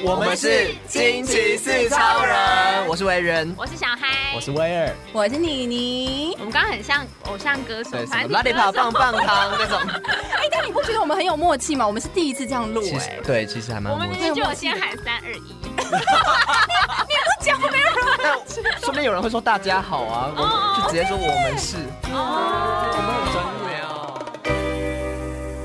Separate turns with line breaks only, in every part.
我
我们是惊奇四超人，我是维人，
我是小嗨，
我是威尔，
我是妮妮
我。们刚刚很像偶像歌手
对，，什
反
么啊
正
拉力跑棒棒糖那种，
哎、但你不觉得我们很有默契吗？我们是第一次这样录、
其
哎
实，对，其实还蛮
我们
默
明
契。
明就有先喊三二一，
但说不定有人会说大家好啊，我
哦
们就直接说我们是，
哦，
我们很专业哦。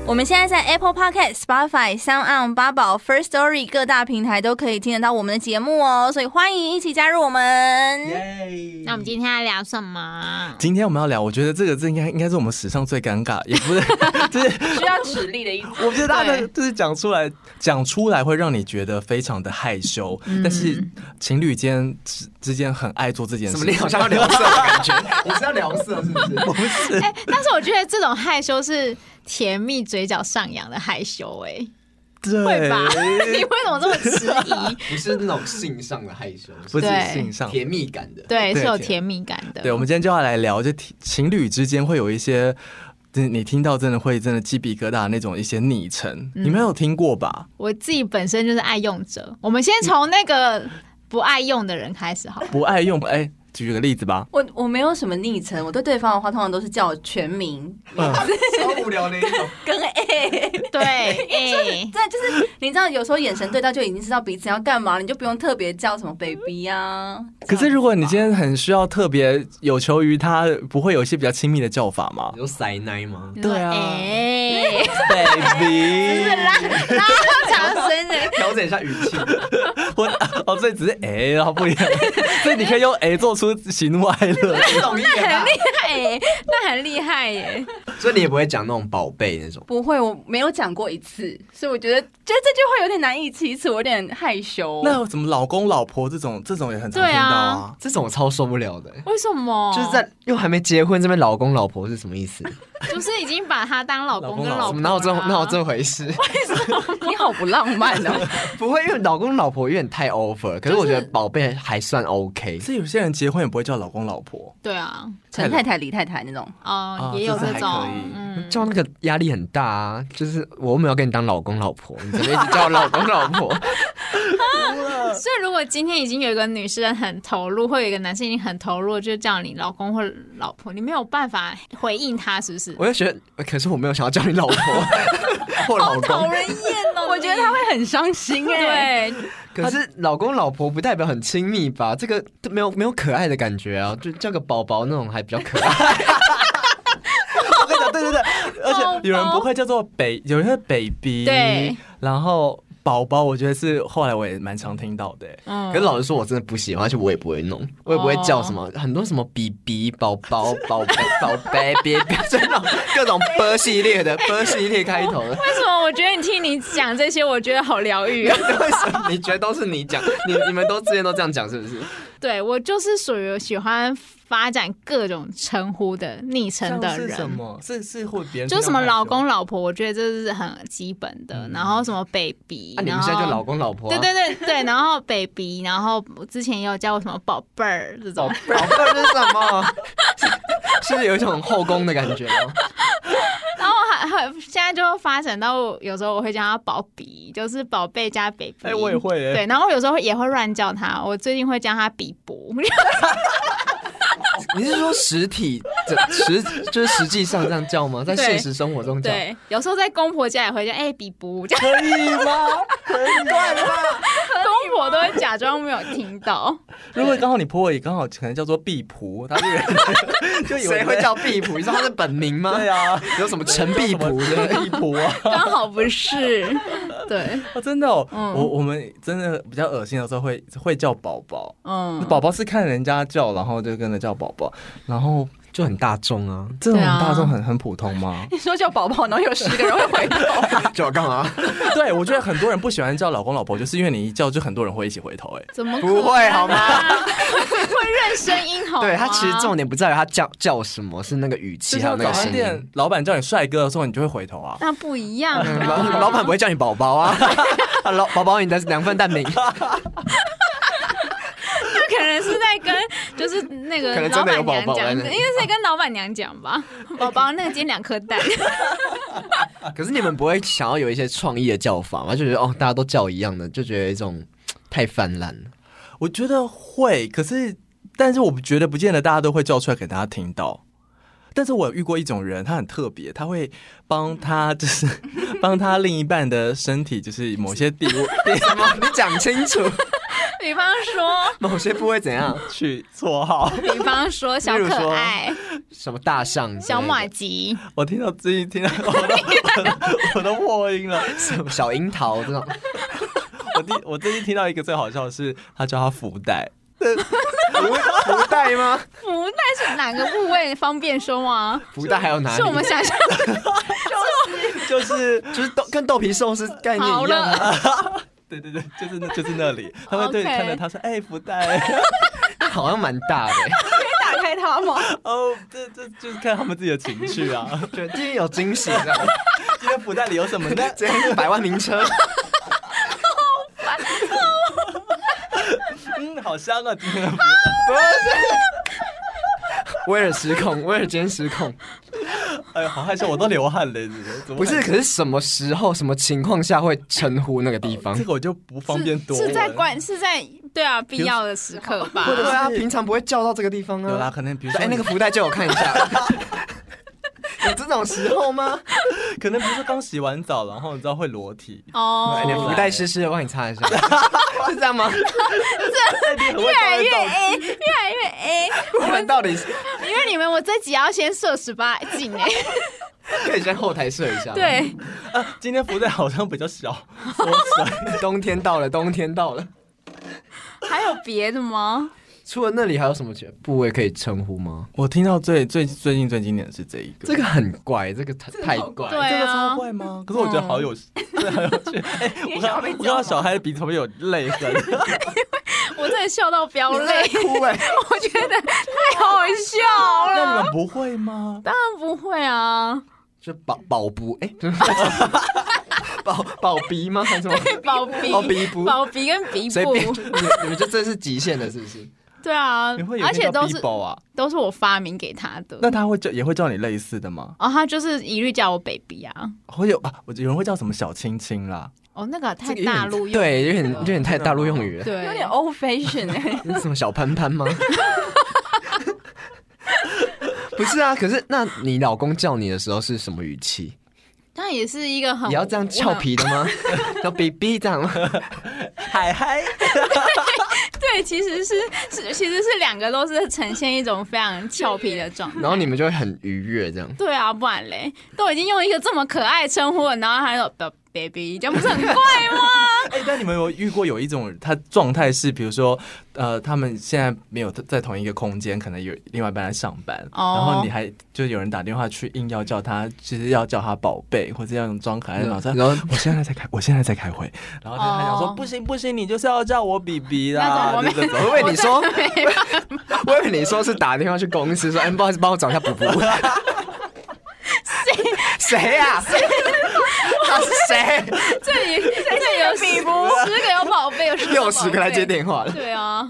我们现在在 Apple Podcast、Spotify、Sound On、八宝、First Story 各大平台都可以听得到我们的节目哦，所以欢迎一起加入我们。
那我们今天要聊什么？
今天我们要聊，我觉得这个字应该应该是我们史上最尴尬，也不是， 就是
需要指力的一
我觉得大家就是讲出来，讲出来会让你觉得非常的害羞，但是情侣间之之间很爱做这件事
怎
情。
么你好像要聊色的感觉？ 你是要聊色是不是？
不是？
哎、 但是我觉得这种害羞是甜蜜嘴角上扬的害羞、
对，
哎，会吧？你为什么这么迟疑？
不是那种性上的害羞，
不 是
对
性上
甜蜜感的。
对，
对
是有甜蜜感的。
对，我们今天就要来聊，就情情侣之间会有一些，就是你听到真的会真的鸡皮疙瘩那种一些昵称，你们有听过吧？
我自己本身就是爱用者，我们先从那个不爱用的人开始 好了。
不爱用，哎、举个例子吧。
我我没有什么昵称，我对对方的话通常都是叫我全名
嗯，
超无聊的一种。
跟 A，
对，哎、
对，就是你知道有时候眼神对到就已经知道彼此要干嘛，你就不用特别叫什么 baby 啊。
可是如果你今
天
天很需要特别有求于他，不会有一些比较亲密的叫法吗
你说塞奶吗？
对啊
哎，
？Baby，
长声的，
调整一下语 气。
我 哦，所以只是哎、然后不一样， 所以你可以用哎、做出喜怒哀 乐。
这种厉害，
哎，那很厉害耶。
所以你也不会讲那种宝贝那种。
不会，我没有讲过一次，所以我觉得觉得这句话有点难以启齿，我有点害羞。
那怎么老公老婆这种这种也很常
对
听到
啊
啊？
这种我超受不了的、
为什么？
就是在又还没结婚，这边老公老婆是什么意思？
就是已经把他当老公跟
老
老
我
婆
们
了，啊
哪有这哪有这回事？
你好不浪漫哦。
不会，因为老公老婆有点太 over，可是我觉得宝贝还算 OK。
所以有些人结婚也不会叫老公老婆，
对啊，
陈太太、李太太那种，
哦
啊，
也有
这是还
种
可以，
嗯，
叫那个压力很大啊，就是我又没有跟你当老公老婆，你怎么一直叫我老公老 婆？
所以，如果今天已经有一个女生很投入，或有一个男生已经很投入，就叫你老公或老婆，你没有办法回应他，是不是？
我就觉得，呃可是我没有想要叫你老婆 或老公，
人厌哦
我觉得他会很伤心 哎。？
对，
可是老公老婆不代表很亲密吧？这个都没有没有可爱的感觉啊，就叫个宝宝那种还比较可爱。
我跟你讲，对对对，而且有人不会叫做北，有人会 baby，
对，
然后宝宝，我觉得是后来我也蛮常听到的、
嗯
可是老实说，我真的不喜欢，而且我也不会弄，我也不会叫什么、很多什么 BB 宝宝、宝贝、宝贝、别别，这种各种波系列的波系列开头的。
为什么？我觉得你听你讲这些，我觉得好疗愈哦。
为什么你觉得都是你讲？你你们都之前都这样讲是不是？
对我就是属于喜欢发展各种称呼的昵称的
是什
人。
么？是是会别人
就是什么老公老婆，我觉得这是很基本的。然后什么 baby，
嗯啊，你
然
们
后
现在就老公老婆、啊，
对对对对，然后 baby，然后我之前也有叫我什么宝贝儿这种，
对，老婆是什么？是是有一种后宫的感觉吗？
然后还还现在就发展到我有时候我会叫他宝比，就是宝贝加 baby。
哎、我也。会、欸，
对，然后我有时候也会乱叫他，我最近会叫他比伯，
你是说实体这实就是实际上这样叫吗？在
对
现实生活中叫？
对，有时候在公婆家也会叫哎、比伯，这样
可以吗？可以啊吗？
公婆都会假装没有听 到。
如果刚好你婆婆也刚好可能叫做婢仆，她这个人 就以为
谁会？叫婢仆？你知道他是本名吗？
对啊，
有什么陈壁
什
仆
么
的？
婢仆啊。
刚好不是，对，
哦，真的哦，我我们真的比较恶心的时候会会叫宝宝，
嗯，
宝宝是看人家叫，然后就跟着叫宝宝，然后
就很大众啊，
这种
对啊
很大众很很普通吗
你说叫宝宝，然后有十个人会回头，
叫我干嘛？
对，我觉得很多人不喜欢叫老公老婆，就是因为你一叫，就很多人会一起回头、哎，
怎么
不
可
会
能
好吗
啊？ 会认声音好吗？
对他其实重点不在于他叫叫什么，是那个语气
就
还有那
像早
个声音。
餐店老板叫你帅哥的时候，你就会回头啊。
那不一样啊，
老嗯老板不会叫你宝宝啊， 啊老宝宝你的两份蛋饼，
可能是在再跟就是那个
可能
老
真的有
板
宝宝
娘讲，
在
应
那
该
里
是跟老板娘讲 吧。宝宝，那个今天两颗蛋，
可是你们不会想要有一些创意的叫法吗？就觉得哦，大家都叫一样的，就觉得一种嘖太泛滥了。
我觉得会，可是但是我觉得不见得大家都会叫出来给大家听到。但是我有遇过一种人，他很特别，他会帮他就是 帮他另一半的身体，就是某些地位
什么？你讲清楚，
比方说，
某些部位怎样？
去绰号。
比方说小
例如
可
说
爱、
什么大象之类的、
小 马吉，
我听到最近听到我都我都破音了。
什么 小樱桃这 种？
我第我最近听到一个最好笑的是，他叫他福袋，
福福袋吗？
福袋嗯是哪个部位方便说吗？
福袋还有哪里？
是我们想象的
就是
就是豆跟豆皮寿司概念
好
一样、啊。
了，
对对对，就是那就是那里，他会对你
OK
看着他说：“哎、福袋。
好像蛮大的、欸，
打开它吗？”
哦，这这就是看他们自己的情绪啊。
就今天有惊喜这样，
今天福袋里有什么呢？
今天是百万名车，
嗯， 好香啊！今天的福
不是。威尔失控， 威尔今天失控，
哎呀，好害羞，我都流汗了，你怎么
不是？
会
可是什么时候、什么情况下会称呼那个地方
这？个我就不方便多
是在
问。
关是在对啊必要的时刻吧
或。者
对啊，
是
平常不会叫到这个地方
有啦，
啊。
可能比如说
哎、 那个
你
福袋借我看一下， 有这种时候吗？
可能比如说刚洗完澡，然后你知道会裸体，
哦
哎，你的福袋湿湿的，我帮你擦一下， 是这样吗？
越来越
哎因为哎，
我们到底是
因为你们我这集要先射十八禁哎，
可以先后台设一下？，
对，
啊，今天福袋好像比较小， 缩水。
冬天到了，冬天到了。
还有别的吗？
除了那里还有什么部位可以称呼吗？
我听到最最最近最经典的是这一个，
这个很怪，这个太太怪。
对
这个
啊
超，怪吗？ 可是我觉得好有，这很有趣。 哎，我看我看到小孩的鼻子旁边有泪痕，
我真的笑到飙
你在
泪，
哭哎、
我觉得太好笑了。
那你们不会吗？
当然不会啊，
就宝宝不 哎，就是宝宝鼻吗？还是什么？
宝鼻、
宝鼻不
宝鼻跟鼻
随便，
部，
你你们就这是极限了，是不是？
对啊
你会，有
而且
那个
都
b
是
b 啊？
都是我发明给他的。
那他会叫也会叫你类似的吗？
哦，他就是一律叫我 baby 啊。
会有啊，我有人会叫什么小青青啦，
哦，那个
这
太
个有点
大陆用，嗯
对，有点有点太大陆用语了。
对，
有点 old fashion 哎。
你是什么小潘潘吗？ 不是啊，可是那你老公叫你的时候是什么语气？
他也是一个很
也要这样俏，皮的吗？ 要 BB 这样吗？
海海。
我对，其实是 是其实是两个都是呈现一种非常俏皮的 状态。
然后你们就会很愉悦这样。
对啊，不然嘞，都已经用一个这么可爱的称呼了，然后还有 baby，这样不是很怪吗？
哎、但你们有遇过有一种呃他状态是，比如说，呃，他们现在没有在同一个空间，可能有另外一半在上班，
哦
然后你还就有人打电话去硬要叫他，就是要叫他宝贝，或者要用装可爱的方式。
然后
我现在在开，我现在在开会，然后他还想说、
嗯哦
不行不行，你就是要叫我 B B 啦
那，种我 没
就这种
我以为你说，我 以为你说是打电话去公司说，哎，不好意思，帮我找一下补补。 谁呀？他是谁？
这里这里有十十个有宝贝，有
六十个来接
点。
电话了，
对啊，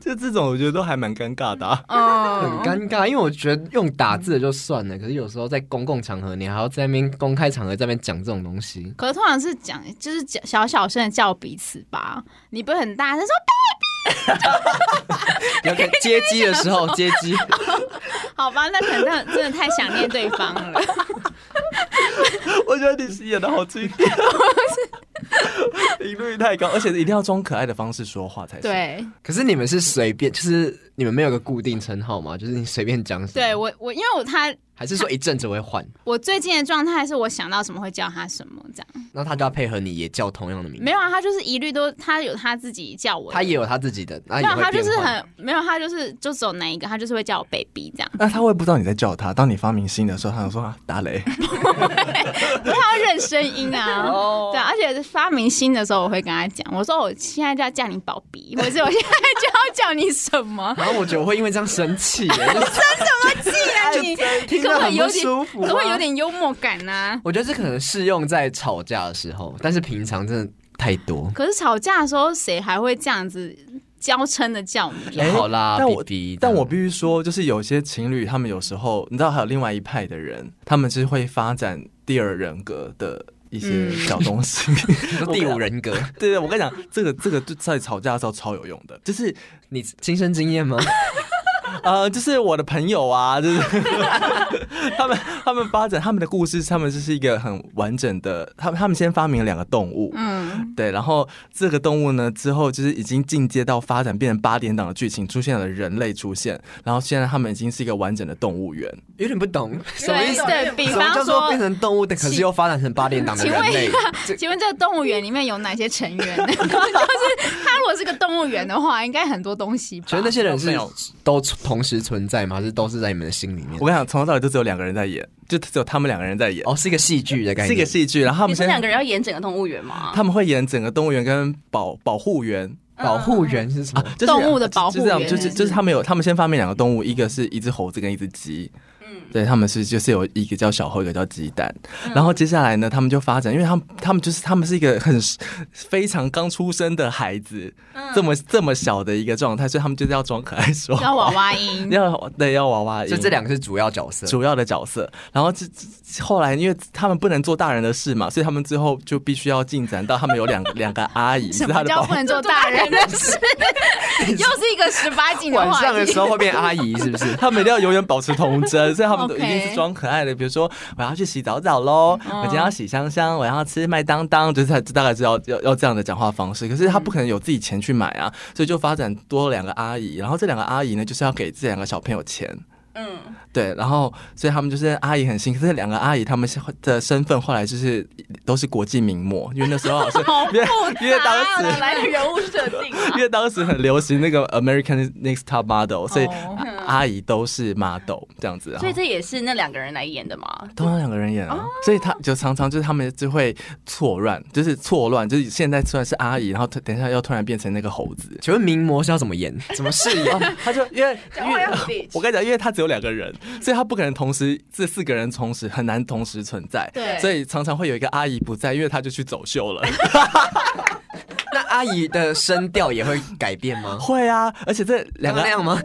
就这种，我觉得都还蛮尴尬的、 啊。
哦
很尴
嗯，
尬。因为我觉得用打字的就算了，可是有时候在公共场合，你还要在那边公开场合在那边讲这种东西。
可是通常是讲就是讲小小声的叫彼此吧，你不会很大声说
有可能接机的时候接 机，
啊好吧，那可能真的真的太想念对方了。
我觉得你是演的好经典， 频率太高，而且一定要装可爱的方式说话才行。
对，
可是你们是随便，就是你们没有个固定称号吗？就是你随便讲什么？
对，我我因为我他
还是说一阵子会换，
我最近的状态是我想到什么会叫他什么这样，
那他就要配合你也叫同样的名字
没。有啊，他就是一律都他有他自己叫我的，
他也有他自己的，那
没
也
有
会
他就
变
是
换
很没有他就是就只有那一个，他就是会叫我 baby 这样，
那他会不知道你在叫他。当你发明新的时候，他就说啊打雷。
因为他要认声音啊，
哦
对啊，而且发明新的时候我会跟他讲，我说我现在就要叫你宝比，或是我现在就要叫你什 么，
然后我觉得我会因为这样生气耶， 生什么气啊你？听
根
得
本
很
有
不
点
舒服、
都会有。点幽默感呐、啊。
我觉得这可能适用在吵架的时候，但是平常真的太多。
可是吵架的时候谁还会这样子娇嗔的叫你。啊
哎
好啦，
但我
BB
但我必须说，就是有些情侣，他们有时候你知道，还有另外一派的人，他们是会发展第二人格的一些小东西。
你说第五人格，
对对，我跟你讲，这个这个就在吵架的时候超有用的，就是
你亲身经验吗？
呃，就是我的朋友啊，就是 他们他们发展他们的故事，他们就是一个很完整的，他们他们先发明了两个动物，
嗯，
对，然后这个动物呢，之后就是已经进阶到发展变成八点档的剧情，出现了人类出现，然后现在他们已经是一个完整的动物园。
有点不懂，什么意
对
思？
对，比
什么叫
方
做
说
变，成动物，但可是又发展成八点档的
请
人
问
类
一？
这
请问这个动物园里面有哪些成员？ 就是他如果是个动物园的话，应该很多东西吧？
请问那些人
没
是
有
都同时存在吗？还是都是在你们的心里面
我？跟你讲，从头到尾就只有两个人在演，就只有他们两个人在演，
哦，是一个戏剧的概
是一
念。
个戏剧。然后他
你
们
说两
先，
个人要演整个动物园吗？
他们会演整个动物园跟保保护员。
保护员是什么？
就是、
动物的保护
就这样，
员
就是就是他们有，他们先发明两个动物，一个是一只猴子跟一只鸡，嗯，对，他们是就是有一个叫小猴，一个叫鸡蛋，然后接下来呢，他们就发展，因为他们他们就是他们是一个很非常刚出生的孩子，这么这么小的一个状态，所以他们就是要装可爱说
叫娃娃 音，
要对要娃娃音，
就这两个是主要角色。
主要的角色，然后这这后来，因为他们不能做大人的事嘛，所以他们最后就必须要进展到他们有两个两个阿姨是
什
他
么
的保
叫
护
不。能做大人的事？ 又是一个十八禁的
晚
话
上的
题
时。候会变阿姨，是不是？
他们一定要永远保持童真，所以他们都一
OK
定是装可爱的。比如说，我要去洗澡澡喽，我今天要洗香香，我要吃麦当当，就是他大概是要要要这样的讲话方式。可是他不可能有自己钱去买啊，所以就发展多两个阿姨。然后这两个阿姨呢，就是要给这两个小朋友钱。
嗯，
对，然后所以他们就是阿姨很辛苦，这两个阿姨他们是的身份后来就是都是国际名模，因为那时候好像因为因为当
哪有
时。
来的人物设定 啊
因为当时很流行那个 American Next Top Model，所以
哦
阿阿姨都是 model 这样子，然后
所以这哦也是那两个人来演的嘛。
通常两个人演啊，所以他就常常就是他们就会错乱，就是错乱，就是现在虽然是阿姨，然后突等一下又突然变成那个猴 子，
请问名模是要怎么 演？哦怎么饰演？
他就因为因为
要很 bitch
我跟你讲，因为他只有两个人，所以他不可能同时这四个人同时很难同时存在。
对
所以常常会有一个阿姨不在，因为她就去走秀 了。
那阿姨的声调也会改变吗？
会啊，而且这
两
两个
个那样吗？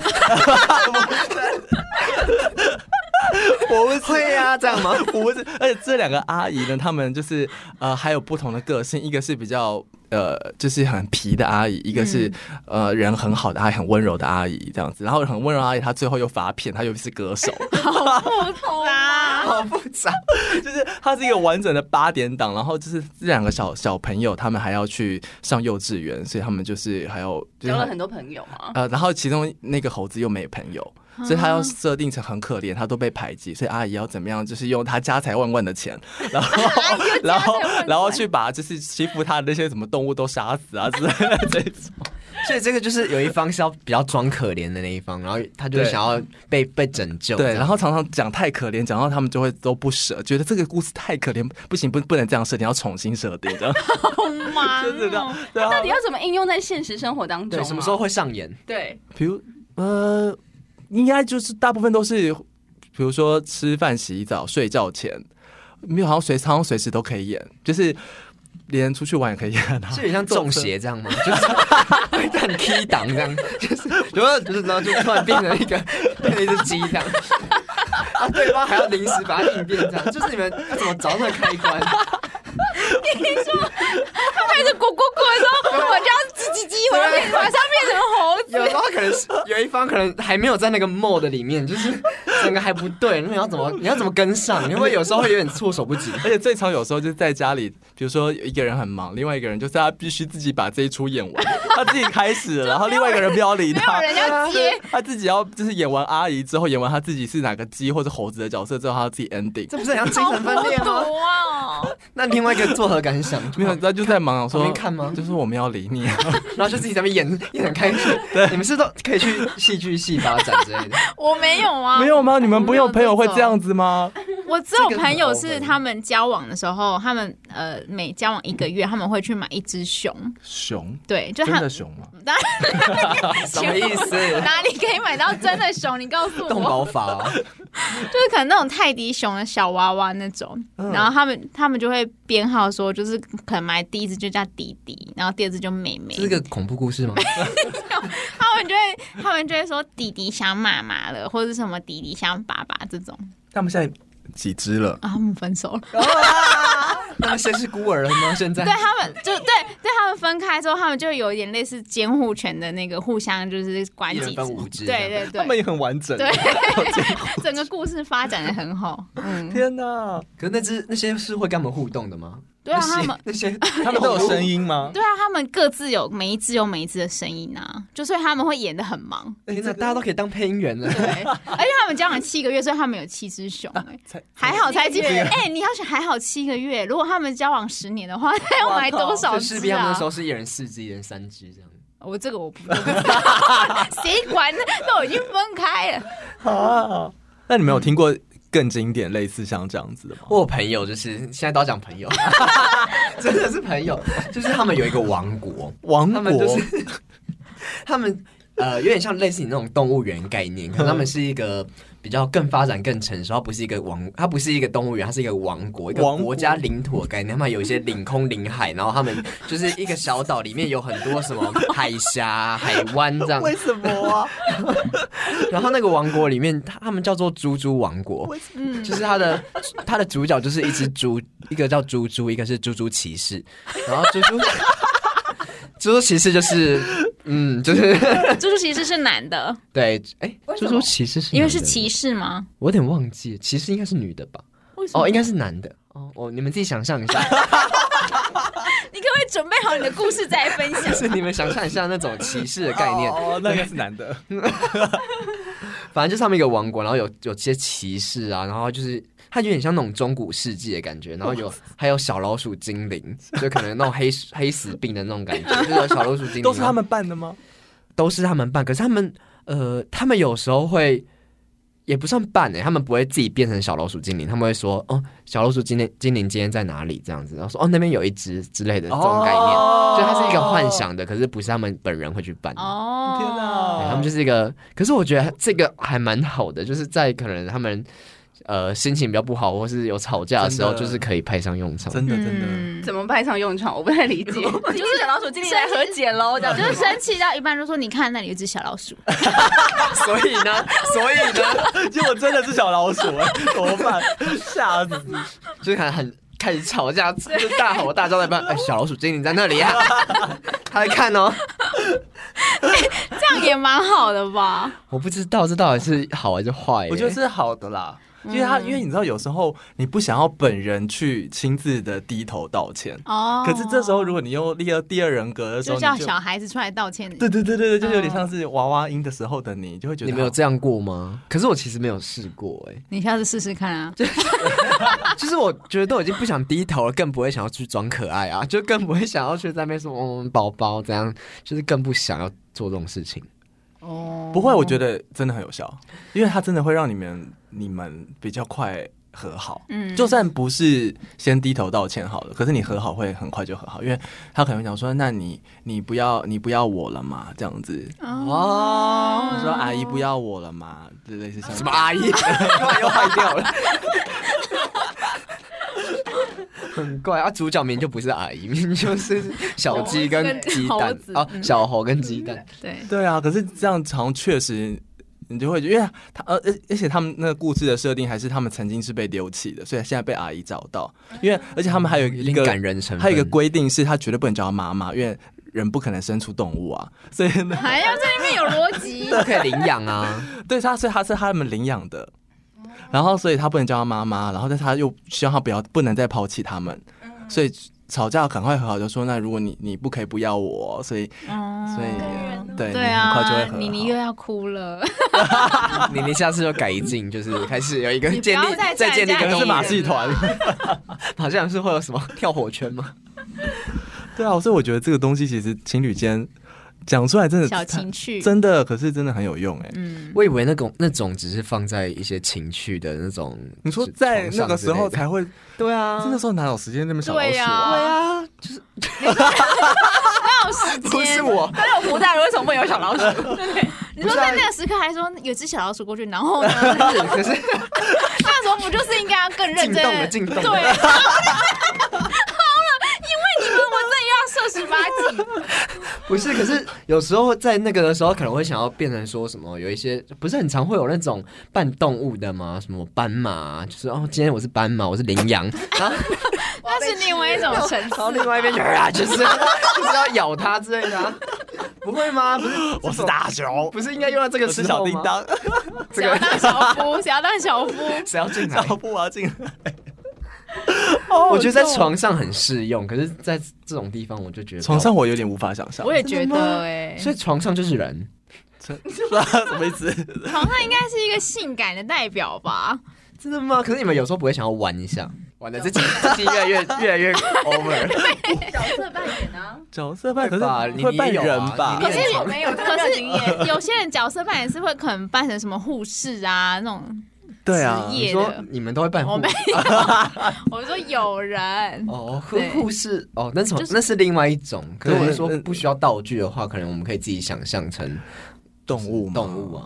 我不是。
会啊，这样吗？
我不是，而且这两个阿姨呢，她们就是呃，还有不同的个性，一个是比较呃，就是很皮的阿姨，一个是、呃人很好的阿姨，很温柔的阿姨这样子。然后很温柔的阿姨，她最后又发片，她又是歌手，啊
好复杂。
就是它是一个完整的八点档，然后就是这两个小小朋友，他们还要去上幼稚园，所以他们就是还有就是
交了很多朋友嘛。
呃，然后其中那个猴子又没朋友，所以他
啊
要设定成很可怜，他都被排挤，所以阿姨要怎么样，就是用他家财万贯的钱，然 后然后然后去把就是欺负他的那些什么动物都杀死啊之类 的这种。
所以这个就是有一方是要比较装可怜的那一方，然后他就是
对
想要被被拯救。
对，然后常常讲太可怜，讲到他们就会都不舍，觉得这个故事太可怜，不行，不不能这样设定，要重新设定，这样
好 忙
就是这样
哦，。
对啊，
到底要怎么应用在现实生活当中、
对
啊？
什么时候？会上演？
对，
比如呃，应该就是大部分都是，比如说吃饭、洗澡、睡觉前，没有好像随常常随时都可以演，就是连出去玩也可以演啊。
是有点像中邪 这样吗？就是会很 T 档这样，就是然后就是然后就突然变成一个变成一只鸡这样，啊，对方还要临时把它应变这样，就是你们要怎么找那个开关？
开始滚滚滚的时候， 我就要叽叽叽，我要变晚上变成猴子。
有时候可能是有一方可能还没有在那个 mode 里面，就是整个还不对，那你要怎么你要怎么跟上？因为有时候会有点措手不及。
而且最常有时候就是在家里，比如说一个人很忙，另外一个人就是他必须自己把这一出演 完，他自己开始了，然后另外一个人不要理他，
没有人要接，
他自己要就是演完阿姨之后，演完他自己是哪个鸡或者猴子的角色之后，他要自己 ending，
这不是很像精神分裂吗？
哦，
那另外一个作何感想？
没有，他就在忙，
旁
说
边看吗
就是我们要理你、啊。
然后就自己在那边演演得很开心。你们是都可以去戏剧系发展之类的。
我没有啊，
没有吗？你们不有朋友会这样子吗？
我我只有
这个
朋友
很
是
open
他们交往的时候，他们呃每交往一个月，他们会去买一只熊，
熊，
对，就
真
他
的熊吗？
当然
什么意思？
哪里可以买到真的熊？你告 诉
动
我，
保法哦、
就是可能那种泰迪熊的小娃娃那种，
嗯
然后他们他们就会编号说，就是可能买第一只就叫弟弟，然后第二只就妹妹
这，是个恐怖故事 吗？
他们就会他们就会说弟弟想妈妈了，或者是什么弟弟想爸爸这种，
那我们现在几只了？
啊，他们分手了。
那么先是孤儿了吗？现在
对他们就对对他们分开之后，他们就有一点类似监护权的那个互相就是管
一人
几
分五只
对对
他们
对，
也很完整。
对，整个故事发展的很好，嗯，
天哪，
可是那只那些是会跟他们互动的吗？
对啊，
那些
他们
那些
他们都有声音 吗？
对啊，他们各自有每一只有每一只的声音啊，就所以他们会演的很忙，
天哪，大家都可以当配音员了。
对，而且他们交往七个月，所以他们有七只熊、哎
啊才
还好才几个月，哎、你要想还好七个月，如果他们交往十年的话， 那要买多少
就势
只
必他们
啊
那时？候是一人四只，一人三只这样。
我这个 我不我不知道，谁管呢？都已经分开了。
啊，那你们有听过更经典类似像这样子的吗？
我有朋友就是现在都要讲朋 友，真的是朋友，就是他们有一个王国，
王
他
国
们就是 他们呃有点像类似你那种动物园概念，可能他们是一个比较更发展更成熟，它不是一个王，它不是一个动物园，它是一个王国，一个
王国
国家领土的概念。他们有一些领空领海，然后他们就是一个小岛，里面有很多什么海峡、海湾这样。
为什么 啊？
然后那个王国里面，他他们叫做猪猪王国。
嗯，
就是他的他的主角就是一只猪，一个叫猪猪，一个是猪猪骑士，然后猪猪 猪猪骑士就是嗯，就是
猪猪骑士是男的，
对，哎、猪
什么
猪骑士是
因为是
男的
骑，士吗？
我有点忘记，骑士应该是女的吧？
为什么？
哦，应该是男的。哦，哦，你们自己想象一下，
你可不可以准备好你的故事再来分 享
就？是你们想象一下那种骑士的概念。
哦，那个是男 的，
反正就是他们一个王国，然后有有些骑士啊，然后就是它有点像那种中古世纪的感觉，然后
哦
有还有小老鼠精灵，就可能那种黑 黑死病的那种感觉，就是有小老鼠精灵
都是
然后
他们办的吗？
都是他们办，可是他们呃，他们有时候会也不算办哎、他们不会自己变成小老鼠精灵，他们会说哦，小老鼠精灵精灵今天在哪里这样子，然后说哦那边有一只之类的这种概念，
哦
所以它是一个幻。想的，可是不是他们本人会去办。
哦
天
对
哪
他们就是一个，可是我觉得这个还蛮好的，就是在可能他们呃心情比较不好，或是有吵架的时候，
真的
就是可以派上用场。
真的真的，
嗯
怎么派上用场？我不太理 解。就是小老鼠今天来和解喽， 这样
就是生气到一半就说：“你看那里有一只小老鼠。
所以 呢，所以呢，
结果真的是小老鼠，哎怎么办？吓死！
就是很很开始吵架，就是大吼大叫在 办，哎，小老鼠精灵在那里啊，他在看哦。”
这样也蛮好的吧？
我不知道这到底是好还是坏、欸
我觉得是好的啦。因为他，因为你知道，有时候你不想要本人去亲自的低头道歉，
哦，
可是这时候如果你用第二第二人格的时候，
就
你
叫
就
小孩嗯子出来道歉。
对对对对对，就有点像是娃娃音的时候的你，就会觉得
你们有
好
这样过吗？可是我其实没有试过哎、
你下次试试看啊！
就是我觉得都已经不想低头了，更不会想要去装可爱啊，就更不会想要去在那边说嗯宝宝怎样，就是更不想要做这种事情。
哦，
不会，我觉得真的很有效，因为它真的会让你们你们比较快和好。
嗯
就算不是先低头道歉好了，可是你和好会很快就和好，因为他可能会想说，那你你不要你不要我了嘛，这样子，
哦，
说阿姨不要我了嘛，之类是像
什么阿姨，突然又坏掉了。很怪啊！主角名就不是阿姨，明明就是小鸡跟鸡
猴
蛋
子
啊，小猴跟鸡蛋。
对，
对啊，可是这样好像确实。你就会觉得，因为他呃，而而且他们那个故事的设定还是他们曾经是被丢弃的，所以现在被阿姨找到。因为而且他们还有
有
一
点
个
嗯感人成分，
还有一个规定是，他绝对不能叫他妈妈，因为人不可能生出动物啊。所以呢，
还要在那边有逻辑。
不可以领养啊，
对他，所以他是他们领养的。然后，所以他不能叫他妈妈，然后但他又希望他不要不能再抛弃他们，所以吵架赶快和好，就说那如果你你不可以不要我，所以
哦
所以对
对
你很快就会
啊
和，好。
妮妮又要哭了。
你你下次就改进，就是开始有一个
你不
建
要
立
再
再建立一
站
可
个动
能
人家
是
物
马
园，
戏团，
好像是会有什么跳火圈吗？
对啊，所以我觉得这个东西其实情侣间讲出来 真的
小情趣，
真的，可是真的很有用哎、
嗯，
我以为那种那种只是放在一些情趣的那种，
你说在那个时候才会，
对啊，
那时候哪有时间那么小老
嗯对
鼠
呀、
啊？
啊，就是没有时间，
不是我，
但是我不在，为什么会有小老鼠？
你说在那个时刻还说有只小老鼠过去，然后呢？
可是
那时候不就是应该要更认真
进动了
的？
进动了
对。好 了，因为你们我真的又要 射十八级，
不是，可是有时候在那个的时候，可能会想要变成说什么，有一些不是很常会有那种扮动物的吗？什么斑马啊，就是哦，今天我是斑马，我是羚羊，然后
那是另外一种层
然后
次。
另外一边就啊，就是 就是要咬它之类的、啊，不会吗？不是，
我是大熊，
不是应该用到这
我
个
是
时
小
候
叮
吗？
当，
这
想
个
要当小夫，想要当小 夫，
谁要 进来？
小布啊进来。
我觉得在床上很适用，可是在这种地方我就觉得
床上，我有点无法想象，
我也觉得哎、
所以床上就是人，
真 什么意思？
床上应该是一个性感的代表 吧？
真的吗？可是你们有时候不会想要玩一 下？玩的自己自己越来越越来越 over，
角色扮演啊，
角色扮可是
吧你
会
你
扮
也有啊
人吧
你？也
可是
有
没有
可是有些人角色扮演是会可能扮成什么护士啊那种，
对啊
职，
你
业
说
的。
你们都会
哎
扮
我
护
没有， 我说有人，
哦，护
对
护士哦，那是
就是
那是另外一种。可是
对
我是说
嗯，
不需要道具的话，可能我们可以自己想象成
动物嘛
动物，啊。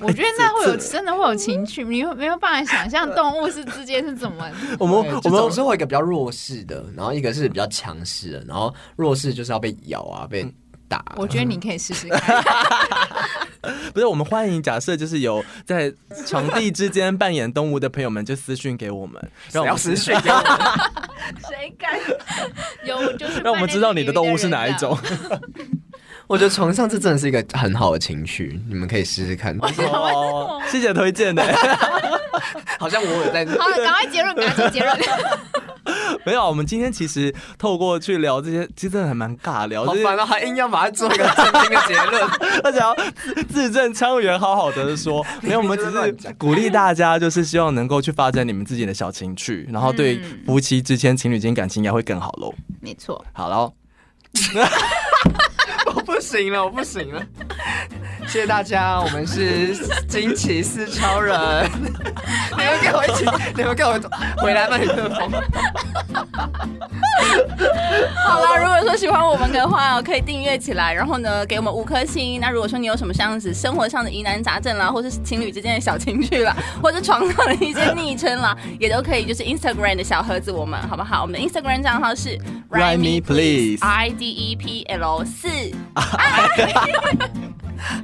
我觉得那会有
这
真的会有情趣，你没有办法想象动物是之间是怎么。
嗯我
我
们我们
总是会有一个比较弱势的，然后一个是比较强势的，然后弱势就是要被咬啊，被打啊。
我觉得你可以试试看，
不是我们欢迎，假设就是有在场地之间扮演动物的朋友们，就私讯给我们，让
谁
我
要
们
私讯给我们，
谁敢？ 有就是
让我们知道你的动物是哪一种。
我觉得床上这真的是一个很好的情趣，你们可以试试看。
哦，谢谢推荐的。
好像我有在
扮演这个人啊。好了，赶快结论，赶快做结论。
没有，我们今天其实透过去聊这些，其实真的还蛮尬 聊，
好
就是
烦哦，还硬要把它做一个正经的结论。
而且要字字正腔圆，好好的说。没有，我们只
乱讲
是鼓励大家，就是希望能够去发展你们自己的小情趣，然后对
嗯
夫妻之间、情侣间感情应该会更好喽。
没错，
好喽，
我不行了，我不行了。谢谢大家，我们是惊奇四超 人。你们跟我一起，你们跟我回来麦克风。
好啦，如果说喜欢我们的话，可以订阅起来，然后呢，给我们五颗星。那如果说你有什么像子生活上的疑难杂症啦，或是情侣之间的小情趣啦，或是床上的一些 昵称啦，也都可以，就是 Instagram 的小盒子我们，好不好？我们的 Instagram 账号是
Write me please
I D E P L 四。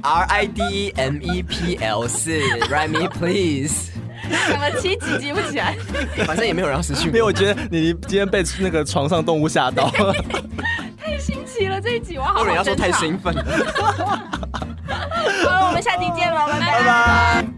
R I D E M E P L 四，Write me please。
讲了七集记不起来，
反正也 没有人要失去
因为我觉得你今天被那个床上动物吓到，
太新奇了这一集，我好
我。
好
哦有人要说
珍藏
太兴奋了。
好了，我们下集见喽，拜拜
拜拜。